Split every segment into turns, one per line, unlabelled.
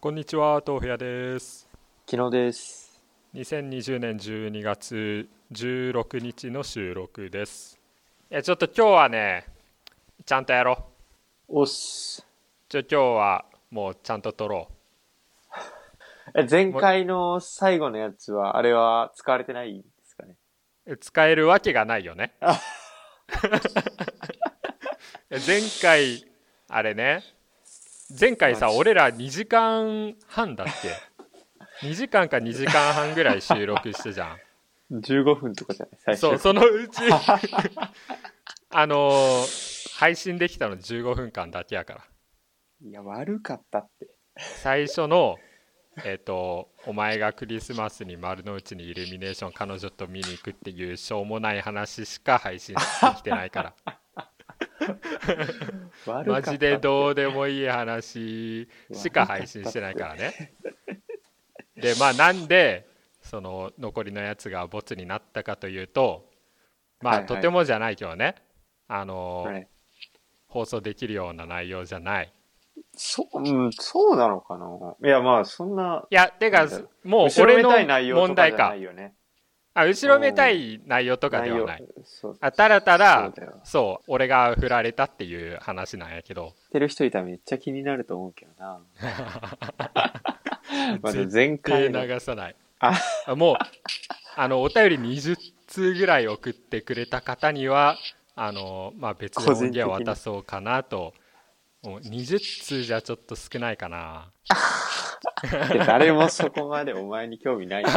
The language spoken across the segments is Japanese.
こんにちは、豆腐屋です。
昨日です。
2020年12月16日の収録です。いや、ちょっと今日はね、ちゃんとやろう。
おっす。
ちょ、今日はもうちゃんと撮ろ
え、前回の最後のやつは、あれは使われてないんですかね。
う。え使えるわけがないよね。
あ
いや前回、あれね、前回さ、
マジ
俺ら2時間半だっけ ?2 時間か2時間半ぐらい収録してじゃん。
15分とかじゃない最初。
そう、そのうち、あのー配信できたの15分間だけやから。
いや、悪かったって。
最初の、えっ、と、お前がクリスマスに丸の内にイルミネーション彼女と見に行くっていうしょうもない話しか配信できてないから。
悪か
マ
った。
ジでどうでもいい話しか配信してないからね。でまあなんでその残りのやつがボツになったかというとまあ、
はいはい
とてもじゃないけどねあの、
はい
放送できるような内容じゃない。
そう、うん、そうなのかな。いや、まあ、そんな、
いやて
な
か
んだろう
もう
後ろ
俺
め
の
たい内容
問
とか
題
じゃな
か
いよね。
あ後ろめたい内容とかではない
内。容。そう。
あたらたら
そうだよ
そう俺が振られたっていう話なんやけど
知ってる人いたらめっちゃ気になると思うけど な。まあ、でも
絶
前
手
回の。
流さない
あ
あもうあのお便り20通ぐらい送ってくれた方にはあの、まあ、別の音源を渡そうかなともう20通じゃちょっと少ないかな
誰もそこまでお前に興味ないよ。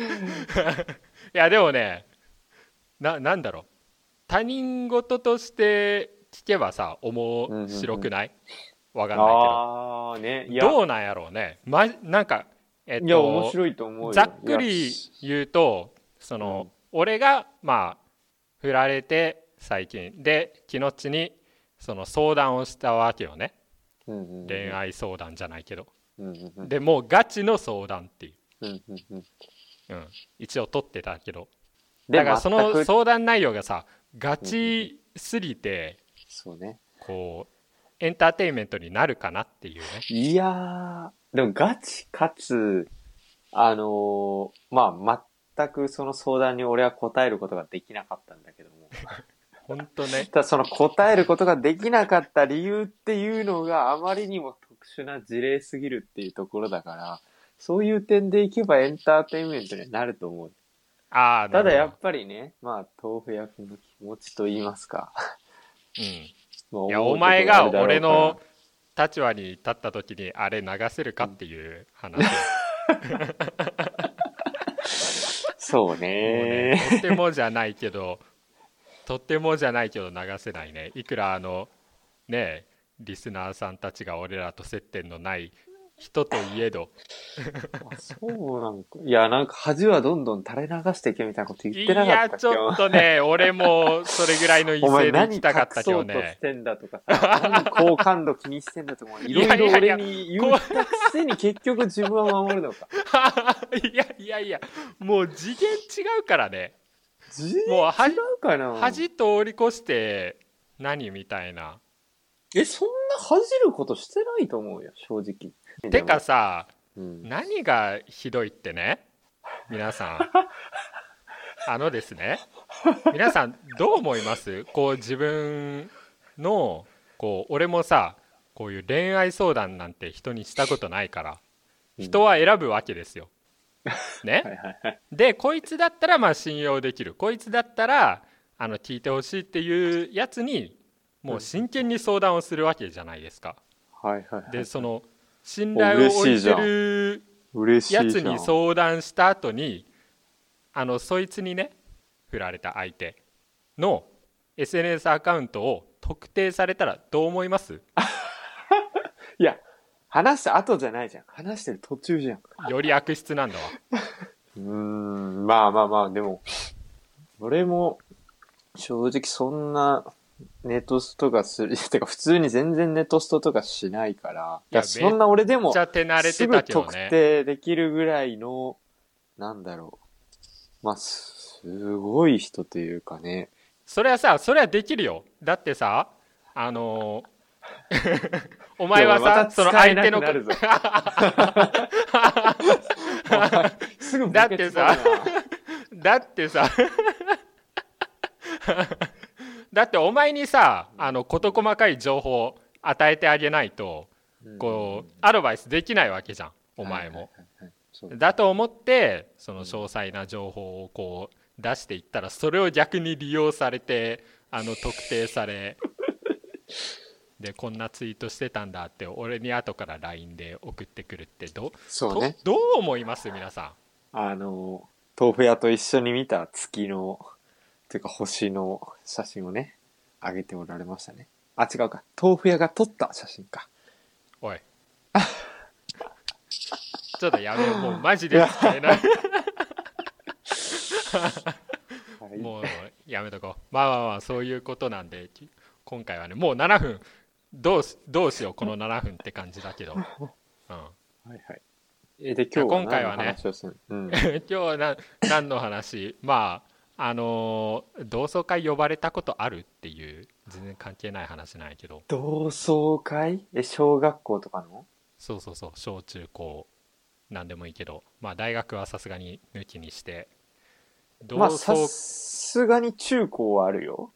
いやでもねななんだろう他人事として聞けばさ面白くない、わかんな
ああ、ね。
い
い
け
や、
どどうなんやろうね、ま、なんかえっと
いや、面白いと思うよ。
ざっく
い
り
や
言うとその、俺がまあ振られて最近で気のちにその相談をしたわけよね恋。愛相談じゃないけど、
うんうんうん、
でもうガチの相談ってい
うんうんうん、
う、うん、一応取ってたけどだか
だからら
そ
そ
の
のそう
相談内容がさガチすぎて
ね
こうエンターテインメントになるかなっていうね
いやーでもガチかつあのーまあ全くその相談に俺は答えることができなかったんだけども
ほんとね
ただその答えることができなかった理由っていうのがあまりにも特殊な事例すぎるっていうところだからそういう点でいけばエンターテインメントにはなると思う
ああ
ただやっぱりねまあ豆腐屋君の気持ちと言いますか
うん
まあ
いや
思
お
うところあ
前
るだろ
が
うから
俺の立場に立った時にあれ流せるかっていう話、
そう
もう
ね
ねとてもじゃないけどとてもじゃないけど流せないねいくらあのねえリスナーさんたちが俺らと接点のない人といえど
あそうなんか。いや、なんか恥はどんどん垂れ流していけみたいなこと言
い
ってなか
や
ったっけ
ちょっと ね俺もそれぐらいの威
お前
勢で行
何
き
隠
たかったけ
そ
ど
うとし
ね
てんだとかさ、何好感度気にしてんだとか、いろ い
いや
ろ
いやいや
俺に言ったくせに結局自分は守るのか。
いやいやいやもう次元違うからね
自分
もう恥
かな
恥通り越して何みたいな。
え、そんな恥じることしてないと思うよ、正直。
てかさ
うん、
何がひどいってね皆さんあのですね皆さんどう思いますこう自分のこう俺もさこういう恋愛相談なんて人にしたことないから人は選ぶわけですよ。ね
うん、はいはいはい。
でこいつだったらまあ信用できるこいつだったらあの聞いてほしいっていうやつにもう真剣に相談をするわけじゃないですか。
はいはいはい。
でその信頼を置いてる
嬉しいじゃ
や
ん。
つに相談した後にあのそいつにね振られた相手の SNS アカウントを特定されたらどう思います
いや、話した後じゃないじゃん。話してる途中じゃん。
より悪質なんだわ
うーん、まあまあまあ、でも、俺も、正直そんな、ネトストがする、 てか普通に全然ネトストとかしないから、
いや
いやそんな俺で
めっ
も
ち、ゃ手慣れ
す
て
ぐ
たけど
特
ね
定できるぐらいの、なんだろう。まあ、すすごい人というかね。
それはさそれはできるよだってさあのお前は
でもま
さ、
た
その相手の
使えなくなるぞ すぐ
だってさ
ボケつくな
だってさだってお前にさあの事細かい情報を与えてあげないとこうアドバイスできないわけじゃんお前も。
そう
だと思ってその
うん
詳細な情報をこう出していったらそれを逆に利用されてあ の特定されでこんなツイートしてたんだって俺に後から LINE で送ってくるってど
そうね。
どどう思います皆さん
あの、豆腐屋と一緒に見た月の、ていうか星の写真をね、あげておられましたね。あ、違うか。豆腐屋が撮った写真か。
おい ちょっとやめようもうマジで使えない
はい
もうやめとこうまあまあまあそういうことなんでき今回はねもう7分どうしどうしようこの7分って感じだけど、うん、
はいはい。え、で、今日
今回は
は何
ね
の話をするうん。
今日はな何の話まああのー同窓会呼ばれたことあるっていう全然関係ない話なんやけど
同窓会え、小学校とかの
そうそうそう小中高なんでもいいけどまあ大学はさすがに抜きにして同
まあ、
窓、
さすがに中高はあるよ。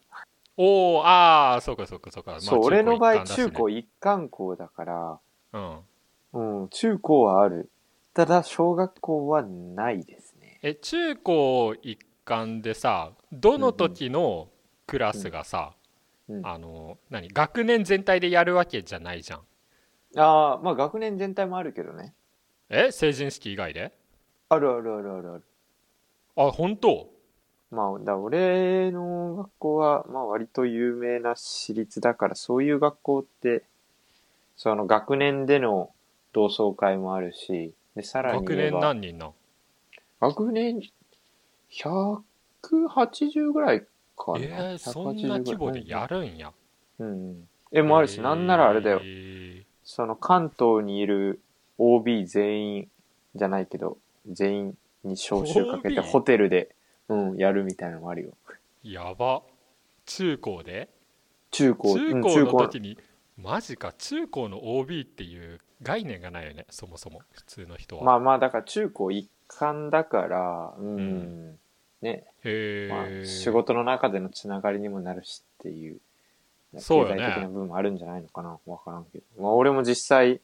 おおああそうかそうかそうか、まあ
そう、俺の場合、中
中
高
高一貫だしね
一貫校だから、
うん
うん、中高はある。ただ、小学校はないですね。
え中高一貫でさどの時のクラスがさ、
うんうん
あの何学年全体でやるわけじゃないじゃん
ああ、まあ、学年全体もあるけどね。
え成人式以外で
あるあるあるあるある。
あ本当
まあ、だ俺の学校は、まあ、割と有名な私立だから、そういう学校って、その学年での同窓会もあるし、で、さらに
学
言え
年
ば、
何人なん
学年180ぐらいかな。
えー、
180
そんな規模でや
る
るんや
うん。え、もあるし、なんならあれだよ
え。ー
その関東にいる OB 全員じゃないけど、全員に招集かけて
OB
ホテルで、うん、やるみたいなのもあるよ。
やば中高で
中高、う
中
ん
高の時にマジか中高の OB っていう概念がないよねそもそも普通の人は、
まあまあ、だから中高一貫だから、うん、
うん
ね、
へ
ま
え、
あ、仕事の中でのつながりにもなるしっていう、
そうよね
経済的な部分もあるんじゃないのかなわからんけど。まあ、俺も実際、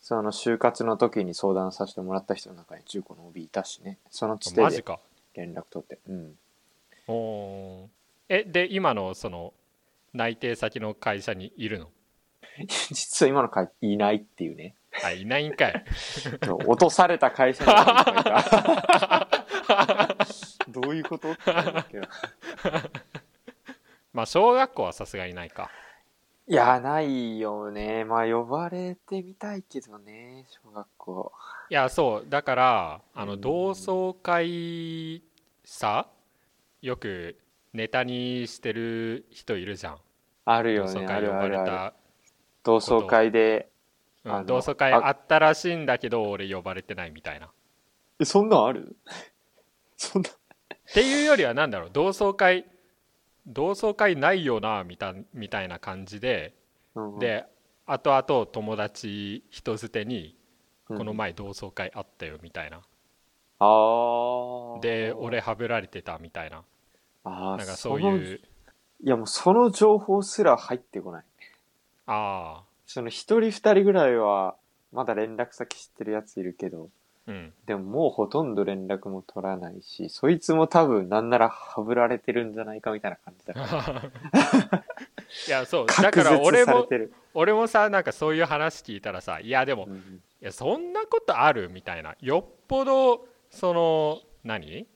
その就活の時に相談させてもらった人の中に中高の OB いたしね、そのつて
マジ
で
か
連絡取って、うん。
おーえで今のその内定先の会社にいるの
実は今の会いないっていうね。
あいないんかい
そう落とされた会社に何人か いたどういうことって思うけど
まあ小学校はさすがにないか
いや、ないよね。まあ、呼ばれてみたいけどね、小学校。
いやそうだからあ
う
の
ん
同窓会さよくネタにしてる人いるじゃん
ある
同
よ
窓
ね、あ
会呼
る
ば
あ
れ
るある。
た
同窓会で。あ
う
の
ん同窓会あったらしいんだけど俺呼ばれてないみたいなっ
え、そんなん あるそんな。
ていうよりはなんだろう同窓会同窓会ないよなみたみたいな感じで
うん、
で後々友達人づてに
うん
この。前同窓会あったよみたいな
ああ。
で俺、はぶられてたみたいな
あ
な
あ、
んか
そ
そうう
い。
いうう
いや、もうその情報すら入ってこない。
あ
その一人二人ぐらいは、まだ連絡先知ってるやついるけど、
あ うん
でももうほとんど連絡も取らないし、そいつも多分なんならはぶられてるんじゃないかみたいな感じだから。
いやそうだ
確
か
実
ら俺
され
も
てる。
俺もさなんかそういう話聞いたらさいやでも
うん
いやそんなことあるみたいなよっぽどその何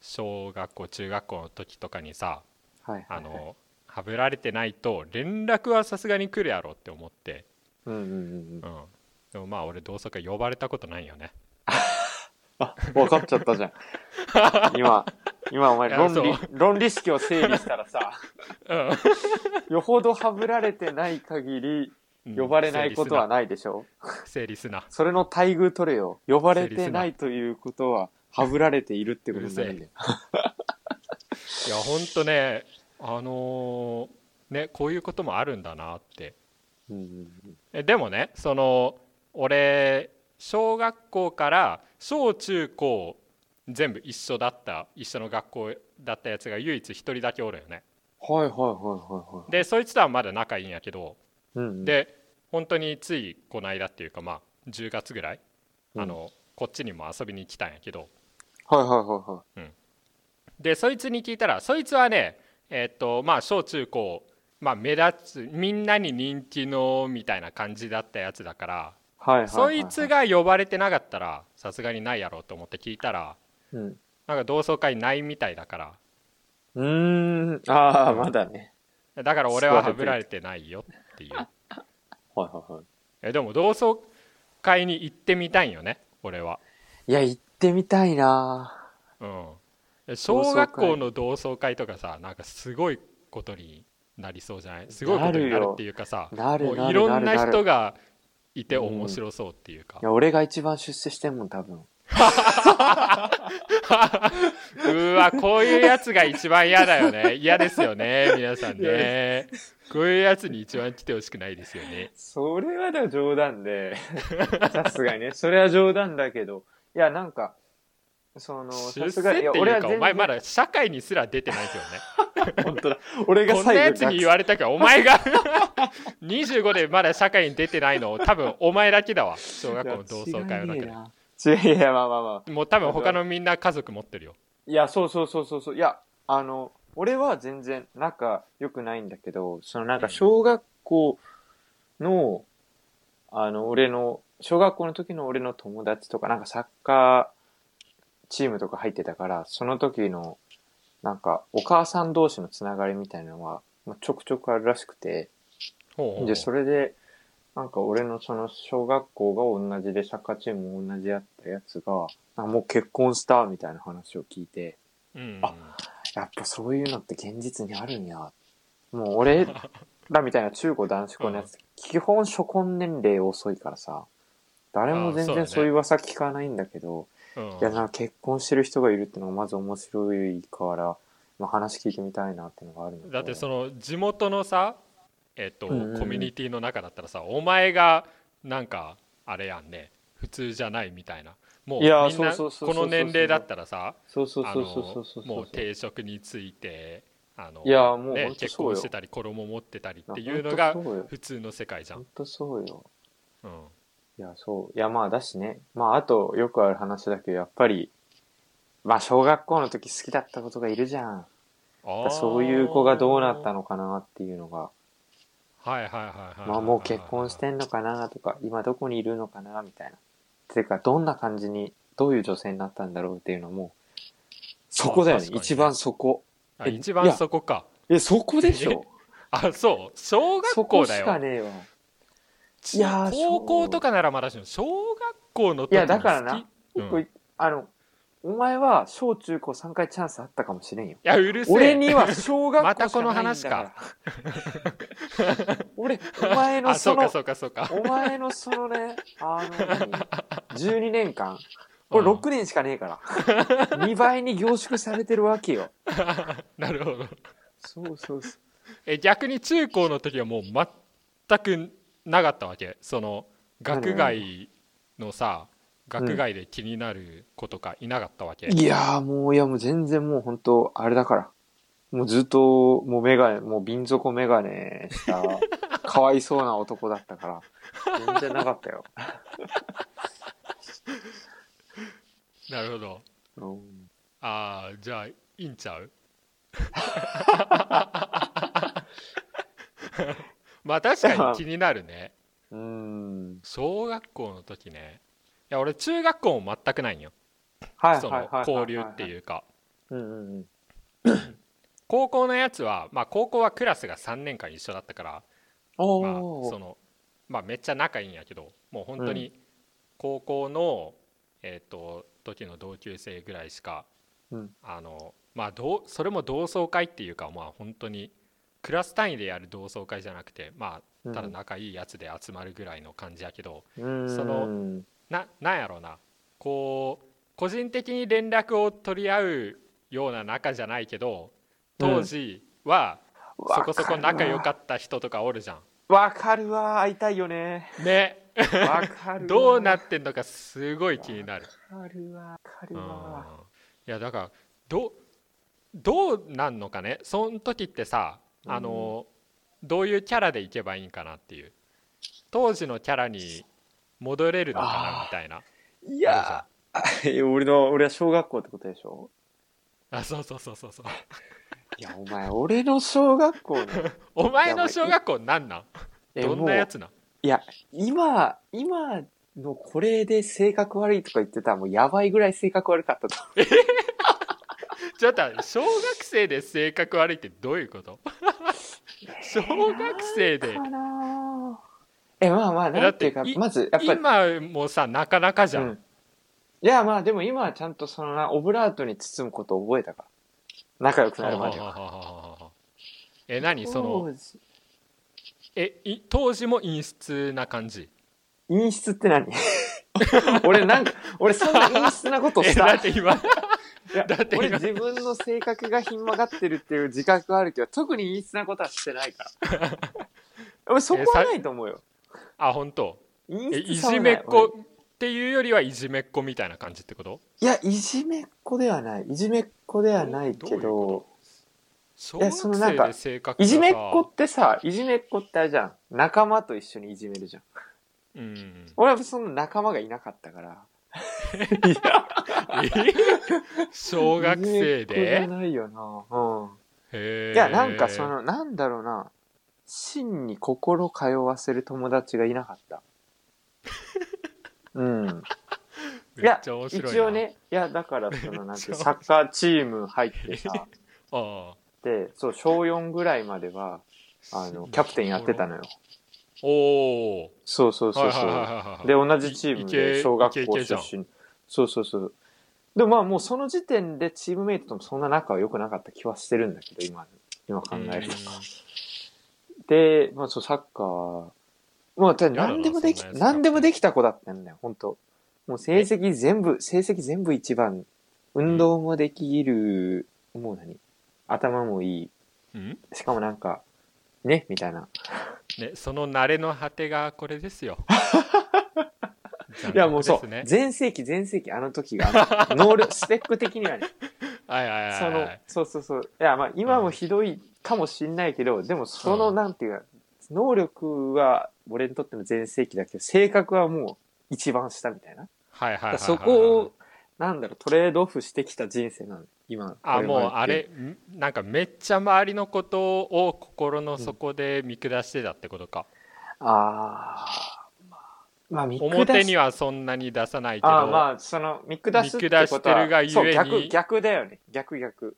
小学校中学校の時とかにさ
はいはいはい。
あ、のはぶられてないと連絡はさすがに来るやろって思って
うんうんうんうん。
うんでもまあ俺同窓会呼ばれたことないよね
あ、分かっちゃっ たじゃん。今、今お前
いや
論理
そ、
論理式を整理した らさ、
うん
よほどはぶられてない限り、呼ばれないことはないでしょ、
成立すな
それの待遇取れよ。呼ばれてないということは、はぶられているってことになるんだよ。
いやほんとねあのーねこういうこともあるんだなって
うんうん
えでもねその俺小学校から小中高全部一緒だった一緒の学校だったやつが唯一一人だけおるよね
うん。はいはいはいはいはい。
でそいつとはまだ仲いいんやけど
うんうん、
で本当についこの間っていうかまあ10月ぐらいあの、こっちにも遊びに来たんやけど
はいはいはいは
でそいつに聞いたらそいつはねえっとまあ小中高、まあ、目立つみんなに人気のみたいな感じだったやつだから
い。はいはいはい、はい。
そいつ、が呼ばれてなかったらさすがにないやろうと思って聞いたら
うん。
なんか同窓会ないみたいだか
うーん、ああ、まだね。
らだから俺ははぶられてないよっていう
はいはいはい。
えでも同窓会に行ってみたいんよね俺はい
や、行ってみたいな
うんえ小学校の同窓会とかさなんかすごいことになりそうじゃないすごいことになるっていうかさ
なる
も
よな
うい
る
ろ
なんる
な
なる
人がいて面白そうっていうか
いや、俺が一番出世してんもん、多分。
うわ、こういうやつが一番嫌だよね。嫌ですよね、皆さんね。こういうやつに一番来てほしくないですよね。
それはでも冗談 で、さすがにね、それは冗談だけど、いや、なんか、その、
出
さ
世
す
っ
が
て
に、い
い
や、
うか、お
全
前
然
まだ社会にすら出てないけどね。
本当だ。俺が
こんな
最
や
後
つに言われたから、お前が 25でまだ社会に出てないの、多分お前だけだわ。小学校の同窓会の中で。
中で。違ういや、まあまあまあ。
もう多分他のみんな家族持ってるよ。
いや、そうそうそうそうそう。いや、あの、俺は全然仲良くないんだけど、そのなんか小学校の、あの、俺の、小学校の時の俺の友達とか、なんかサッカーチームとか入ってたから、その時の、なんかお母さん同士のつながりみたいなのは、まあ、ちょくちょくあるらしくて、
ほうほう
で、それで、なんか俺のその小学校が同じでサッカーチームも同じやったやつが、なんかもう結婚したみたいな話を聞いて、
うん、
あやっぱそういうのって現実にあるんや。もう俺らみたいな中高男子校のやつ、基本初婚年齢遅いからさ、誰も全
ああそうだね
然そういう噂聞かないんだけど、
うん
いや、なんか結婚してる人がいるってのがまず面白いから、まあ、話聞いてみたいなっていうのがあるん
だってそ
の
の地元のさえっ、と、
うんうんうん
コミュニティの中だったらさお前がなんかあれやんね普通じゃないみたいなもう
い
みん
や
な
そう
こ
そうそうそうそう
の年齢だったらさ
そうそう
あ
そうそうそうそう
のもう定職についてあの
いやもう
ね
ほんと
結
そうよ
婚してたり子供持ってたりっていうのが
ほんとそうよ
普通の世界じゃん
本、当そうよ。
うん、
いや、そう。いや、まあ、だしね。まあ、あと、よくある話だけど、やっぱり、まあ、小学校の時好きだったことがいるじゃん。
あー
そういう子がどうなったのかなっていうのが、
はいはいはいはい
まあもう結婚してんのかなとか、今どこにいるのかなみたいな。ていうか、どんな感じに、どういう女性になったんだろうっていうのも、そこだよ
あ
ね。
確かにね
一番そこ。
あ一番そこか
え、そこでしょ
あそう小
そ
学
こ
校
し
だよ
かねえわ。
い
いやー
高校とかならまだしも小学校の時
いや
に好き
だからな
うん
結構いあの、お前は小中高3回チャンスあったかもしれん
い
よ。
やうるせえ
俺には小学校
ま
しか
たこの
ないん
話
だ
か
から。俺、お前の
あそ
そう
か
の
そうかそうか
お前のそのね、あの何、12年 間、
う
俺
ん
6年しかねえから、2倍に凝縮されてるわけよ。
なるほど
そうそうそ
え逆に中高の時はもう全くなかったわけその学外のさ
ん
学外で気になる子とかいなかったわけ、
いやーもう、いやもう全然もう本当あれだから。もうずっと、もうメガネ、もう瓶底メガネした、かわいそうな男だっ たから、全然なかったよ。
なるほど
うん
あーじゃあいいんち ゃう まあ確かに気になるね
うん。
小学校の時ねいや俺中学校も全くないんよ
はいはい
そ
はい
の
はい。
交流って
う。
いうか
うんうんうん。
高校のやつは、まあ、高校はクラスが3年間一緒だったから、
お
まあ、
ー。
そのまあめっちゃ仲いいんやけどもう本当に高校の、えー、と時の同級生ぐらいしか、
うん
あのまあ、どうそれも同窓会っていうか、まあ、本当にクラス単位でやる同窓会じゃなくて、まあ、ただ仲いいやつで集まるぐらいの感じやけど、
うん
そのななんやろうなこう個人的に連絡を取り合うような仲じゃないけど当時はそこそこ仲良
っ
かった人とかおるじゃん、
わかるわ、会いたいよね。
ね
わかるわ。
どうなってんのかすごい気になる、
わかるわ、わかる
うん、い
わ。
やだからどどうなんのかねその時ってさあの、どういうキャラでいけばいいんかなっていう当時のキャラに戻れるのかな
あー
みたいない
やー、俺の、俺は小学校ってことでしょ
あそうそうそうそうそう
いや、お前、俺の小 学校ね。
お前の小学校なんなん
え
どんなやつなん
いや、今、今のこれで性格悪いとか言ってたらもうやばいぐらい性格悪かったと。
ちょっと待って小学生で性格悪いってどういうこと 小学生で
かなぁえ、まあまあ、
え
なんていうか
だってい、
まず、やっぱり、
今もさなかなかじゃん、
うんいや、まあでも今はちゃんとそのな、オブラートに包むことを覚えたから。仲良くなるまでは。
はえ何そ
当
の
時
えい当時も陰湿な感じ
陰湿って何 俺なんか、俺そんな陰湿なこと
え
した
だって今
いや
だって今
俺自分の性格がひん曲がってるっていう自覚はあるけど、特に陰湿なことはしてない から。俺そこはないと思うよ。
あ本当
陰
え
湿
い
さは
じ
な
めっ
俺
子っていうよりはいじめっ子みたいな感じってこと
いや、いじめっ子ではない。いじめっ子ではない
どう
け
いう
ど、
小
いや
学
そのなん
生
か
で性格が
い
さ
じめっ子ってさ、いじめっ子ってあれじゃん。仲間と一緒にいじめるじゃん。
うん
俺はその仲間がいなかったから。
え 小学生
いじめっ子
で
じゃないよな。うん。
へー
いや、なんかその、なんだろうな。真に心通わせる友達がいなかった。うん。い
めっ
や
ちゃ面白いな
一応ね、いや、だからその、なん て
めっちゃ面白い
サッカーチーム入ってさ、
あ
で、そう、小4ぐらいまでは、 あの、キャプテンやってたのよ。
あおお
そうそうそ
は
う
いはい
そ
はいは
う。
い
で、同じチーム
いけ
で小学
いけ
校
いけじゃん
出身。そうそうそう。でもまあもうその時点でチームメイトともそんな仲は良くなかった気はしてるんだけど、今、今考えると。で、まあそう、サッカー、まあ、ただ
やだな
何でもでき
そんな、やつ
何でもできた子だったんだよ、本当もう成績全部、成績全部一番。運動もできる、もう何頭もいい。
うんうん
しかもなんか、ね、みたいな。
ねその慣れの果てがこれですよ
いや、もうそ
残
う
酷で。すね
全盛期、全盛期、あの時が、あの能力、スペック的にはね、
はいはいはいはい
その、そうそうそう。いや、まあ、今もひどいかもしんないけど、でも、そうの、
ん
なんていうか、能力は、俺にとっての全盛期だけど、性格はもう、一番下みたいな。
はいはいはいはいはい
そこを、なんだろう、トレードオフしてきた人生なの、今。
あ
こまで
もう
って
あれんなんかめっちゃ周りのことを心の底で見下してたってことか、
あーまあ、まあ、見下し
表にはそんなに出さないけど
ああ、まあ、その、見下すって
見下
こ
し
と
て
は
るがゆえに
そう、逆、逆だよね。逆、逆。
うん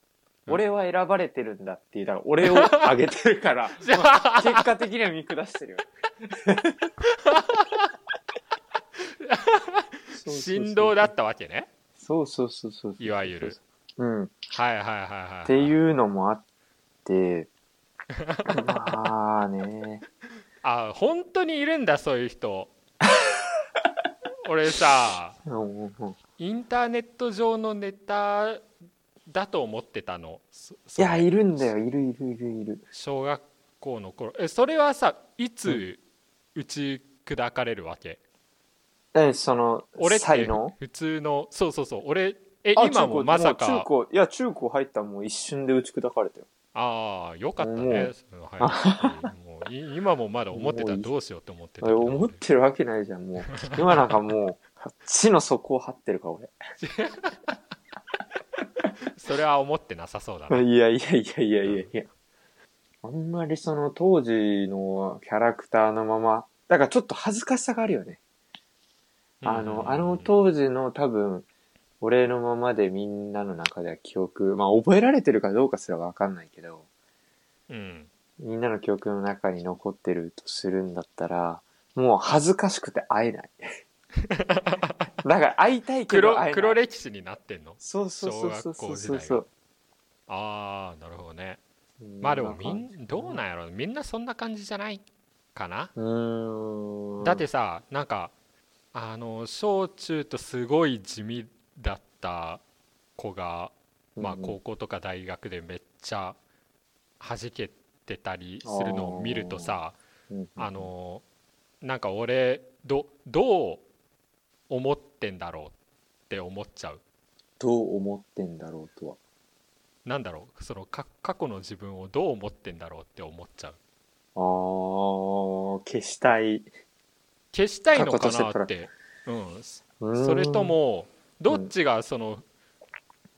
俺は選ばれてるんだっていう、だから俺を上げてるから、
じゃあ
結果的には見下してるよ。そうそうそう
振動だ。ったわけね
そうそうそうそう。
いわゆる
うん。っ
はいはいはいはいはい
ていうのもあ って、まあね。
あ本当にいるんだそういう人俺さ
うんうんうん
インターネット上のネタだと思ってたのそ
い
それ
や、いるんだよ。いるいるいるいる。
小学校の頃えそれはさいつ打ち砕かれるわけ、
え、その、
俺っ
才
て
能
普通のそうそうそう俺え
あ
今
中高
もまさ
う
か
中高、いや、中高入ったらもう一瞬で打ち砕かれたよ。
ああよかった
も
ね
う
そのはいもうい 今もまだ思ってたらどうしようって思ってたけど
思ってるわけないじゃん、もう。今なんかもう、 地の底を張ってるか、俺。
それは思ってなさそうだね
いやいやいやいやいやいや。あんまりその当時のキャラクターのまま、だからちょっと恥ずかしさがあるよね。あ
うんうんう
の、
ん
あの当時の多分、俺のままでみんなの中では記憶、まあ覚えられてるかどうかすらわかんないけど、
うん
みんなの記憶の中に残ってるとするんだったら、もう恥ずかしくて会えない。 だから会いたいけ
黒
ど会えない。
黒歴史になってんの
そうそうそうそうそうそう
小
そう。
ああなるほどねまあでもみんどうなんやろみんなそんな感じじゃないかな、
うーん。
だってさなんかあの小中とすごい地味だった子が、まあ、
うん
高校とか大学でめっちゃ弾けてたりするのを見るとさ、
うん
あ、のなんか俺どどう思ってんだろうって思っちゃう
どう思ってんだろうとは。
なんだろうそのか過去の自分をどう思ってんだろうって思っちゃう
あー、消したい。
消したいのか
過去としてプ
な
ラ
って、うん、
うーん
それと、もどっちがその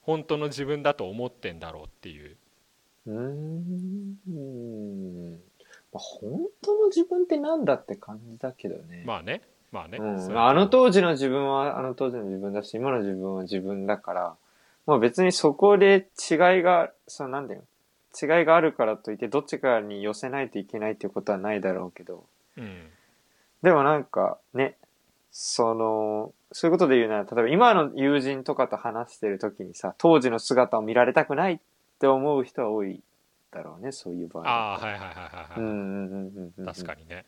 本当の自分だと思ってんだろうっていう
うーん。まあ、本当の自分ってなんだって感じだけどね。
まあねまあね、
うん
それ
まああの当時の自分はあの当時の自分だし、今の自分は自分だから、まあ別にそこで違いが、そのなんだよ。違いがあるからといって、どっちかに寄せないといけないっていうことはないだろうけど、
うん
でもなんかね、その、そういうことで言うなら、例えば今の友人とかと話してる時にさ、当時の姿を見られたくないって思う人は多いだろうね、そういう場合。
ああはいはいはいはい
う
は
んうんうんうんう
い
ん。
確かにね、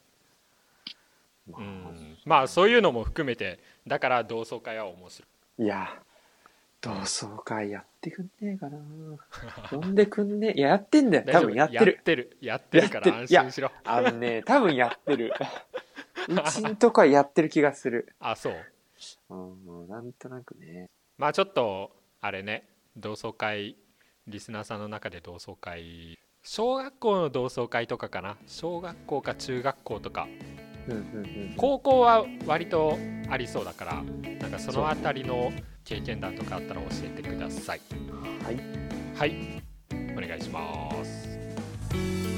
に
うん、まあそういうのも含めてだから同窓会は面白い
いや、同窓会やってくんねえかな。呼んでくんねえ。いや、やってんだよ。多分やって
や
る
っ。てるやってるから
やっ
安
てる
心しろ
あのね、多分やってる。うちんとこはやってる気がする。
あそう
うん、なんとなくね。
まあちょっとあれね同窓会リスナーさんの中で同窓会小学校の同窓会とかかな小学校か中学校とか
うんうん
高校は割とありそうだからなんかそのあたりの経験談とかあったら教えてください
うん。はい。
はいお願いします